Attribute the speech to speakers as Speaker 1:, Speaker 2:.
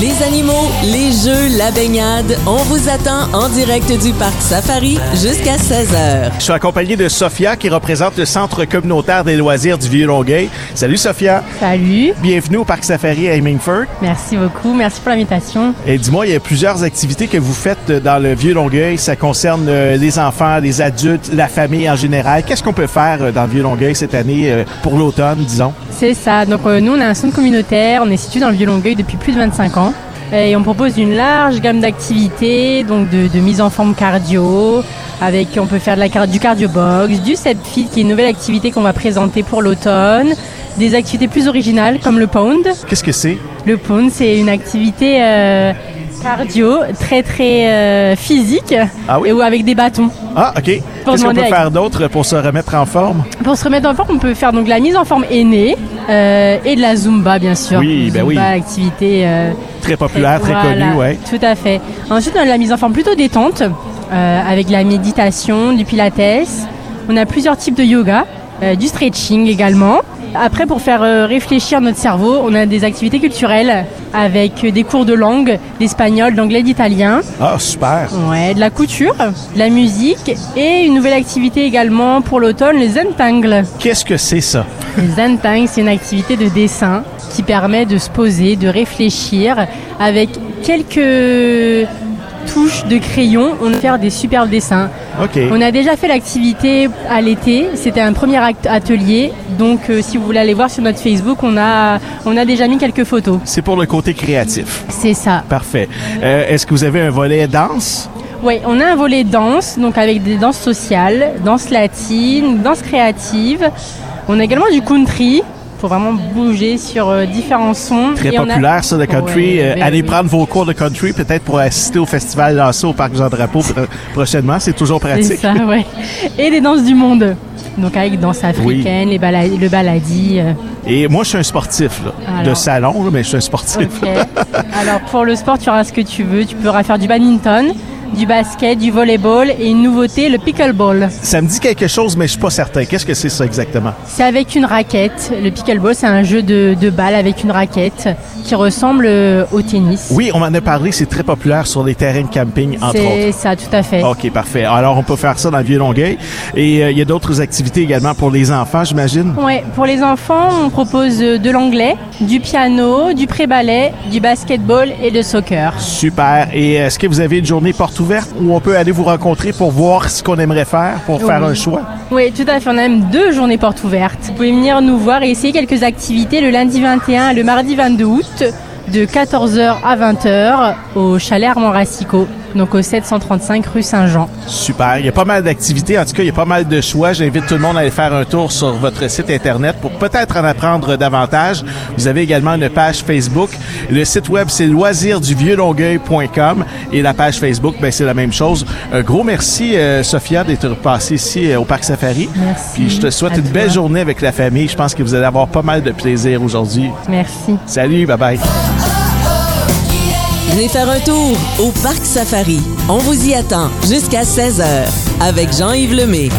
Speaker 1: les animaux, les jeux, la baignade, on vous attend en direct du parc Safari jusqu'à 16h.
Speaker 2: Je suis accompagné de Sophia qui représente le Centre communautaire des loisirs du Vieux-Longueuil. Salut Sophia.
Speaker 3: Salut.
Speaker 2: Bienvenue au parc Safari à Hemingford.
Speaker 3: Merci beaucoup. Merci pour l'invitation.
Speaker 2: Et dis-moi, il y a plusieurs activités que vous faites dans le Vieux-Longueuil. Ça concerne euh, les enfants, les adultes, la famille en général. Qu'est-ce qu'on peut faire euh, dans le Vieux-Longueuil cette année euh, pour l'automne, disons?
Speaker 3: C'est ça. Donc euh, nous, on a un centre communautaire. On est situé dans le Vieux-Longueuil depuis plus de 25 ans. Et on propose une large gamme d'activités, donc de, de mise en forme cardio, avec on peut faire de la, car- du cardio box, du set fit, qui est une nouvelle activité qu'on va présenter pour l'automne, des activités plus originales comme le pound.
Speaker 2: Qu'est-ce que c'est?
Speaker 3: Le pound, c'est une activité euh, cardio très très euh, physique,
Speaker 2: Ah oui?
Speaker 3: et où- avec des bâtons.
Speaker 2: Ah, OK. Qu'est-ce qu'on
Speaker 3: demander
Speaker 2: peut
Speaker 3: à-
Speaker 2: faire d'autre pour se remettre en forme?
Speaker 3: Pour se remettre en forme, on peut faire donc de la mise en forme aînée euh, et de la zumba, bien sûr.
Speaker 2: Oui, ben
Speaker 3: zumba,
Speaker 2: oui.
Speaker 3: activité euh,
Speaker 2: Très populaire, très
Speaker 3: voilà,
Speaker 2: connu, ouais.
Speaker 3: Tout à fait. Ensuite, on a de la mise en forme plutôt détente euh, avec de la méditation, du pilates. On a plusieurs types de yoga, euh, du stretching également. Après, pour faire euh, réfléchir notre cerveau, on a des activités culturelles avec euh, des cours de langue, d'espagnol, d'anglais, d'italien.
Speaker 2: Ah, super.
Speaker 3: Ouais, de la couture, de la musique et une nouvelle activité également pour l'automne, les entangles.
Speaker 2: Qu'est-ce que c'est ça?
Speaker 3: Le Zantang, c'est une activité de dessin qui permet de se poser, de réfléchir. Avec quelques touches de crayon, on peut faire des superbes dessins.
Speaker 2: OK.
Speaker 3: On a déjà fait l'activité à l'été, c'était un premier act- atelier, donc euh, si vous voulez aller voir sur notre Facebook, on a, on a déjà mis quelques photos.
Speaker 2: C'est pour le côté créatif.
Speaker 3: C'est ça.
Speaker 2: Parfait. Euh, Est-ce que vous avez un volet danse?
Speaker 3: Oui, on a un volet danse, donc avec des danses sociales, danse latine, danse créative. On a également du country pour vraiment bouger sur euh, différents sons.
Speaker 2: Très
Speaker 3: Et on a-
Speaker 2: populaire, ça, le country.
Speaker 3: Ouais,
Speaker 2: Euh,
Speaker 3: ben
Speaker 2: allez
Speaker 3: oui.
Speaker 2: prendre vos cours de country, peut-être pour assister au festival Lasso au Parc Jean-Drapeau pro- prochainement. C'est toujours
Speaker 3: C'est
Speaker 2: pratique.
Speaker 3: ça, ouais. Et les danses du monde. Donc avec danse africaine, les bala- le baladi. euh,
Speaker 2: Et moi, je suis un sportif là, de
Speaker 3: Alors.
Speaker 2: salon, là, mais je suis un sportif.
Speaker 3: Ok. Alors pour le sport, tu auras ce que tu veux. Tu pourras faire du badminton, du basket, du volleyball et une nouveauté, le pickleball.
Speaker 2: Ça me dit quelque chose, mais je suis pas certain. Qu'est-ce que c'est ça exactement?
Speaker 3: C'est avec une raquette. Le pickleball, c'est un jeu de, de balle avec une raquette qui ressemble euh, au tennis.
Speaker 2: Oui, on m'en a parlé, c'est très populaire sur les terrains de camping, entre autres.
Speaker 3: C'est ça, tout à fait.
Speaker 2: OK, parfait. Alors, on peut faire ça dans le Vieux-Longueuil. Et euh, il y a d'autres activités également pour les enfants, j'imagine.
Speaker 3: Ouais, pour les enfants, on propose euh, de l'anglais, du piano, du pré-ballet, du basketball et de soccer.
Speaker 2: Super. Et euh, est-ce que vous avez une journée porte ouverte où on peut aller vous rencontrer pour voir ce qu'on aimerait faire, pour faire
Speaker 3: Oui.
Speaker 2: un choix?
Speaker 3: Oui, tout à fait. On a même deux journées portes ouvertes. Vous pouvez venir nous voir et essayer quelques activités le lundi 21 et le mardi 22 août de 14h à 20h au chalet Armand Racicot, donc au 735 rue Saint-Jean.
Speaker 2: Super. Il y a pas mal d'activités. En tout cas, il y a pas mal de choix. J'invite tout le monde à aller faire un tour sur votre site Internet pour peut-être en apprendre davantage. Vous avez également une page Facebook. Le site web, c'est loisirsduvieux-longueuil.com et la page Facebook, ben, c'est la même chose. Un gros merci, euh, Sophia, d'être passée ici euh, au Parc Safari.
Speaker 3: Merci
Speaker 2: Puis je te souhaite
Speaker 3: à
Speaker 2: une
Speaker 3: toi.
Speaker 2: belle journée avec la famille. Je pense que vous allez avoir pas mal de plaisir aujourd'hui.
Speaker 3: Merci.
Speaker 2: Salut, bye bye.
Speaker 1: Venez faire un tour au parc Safari. On vous y attend jusqu'à 16h avec Jean-Yves Lemay.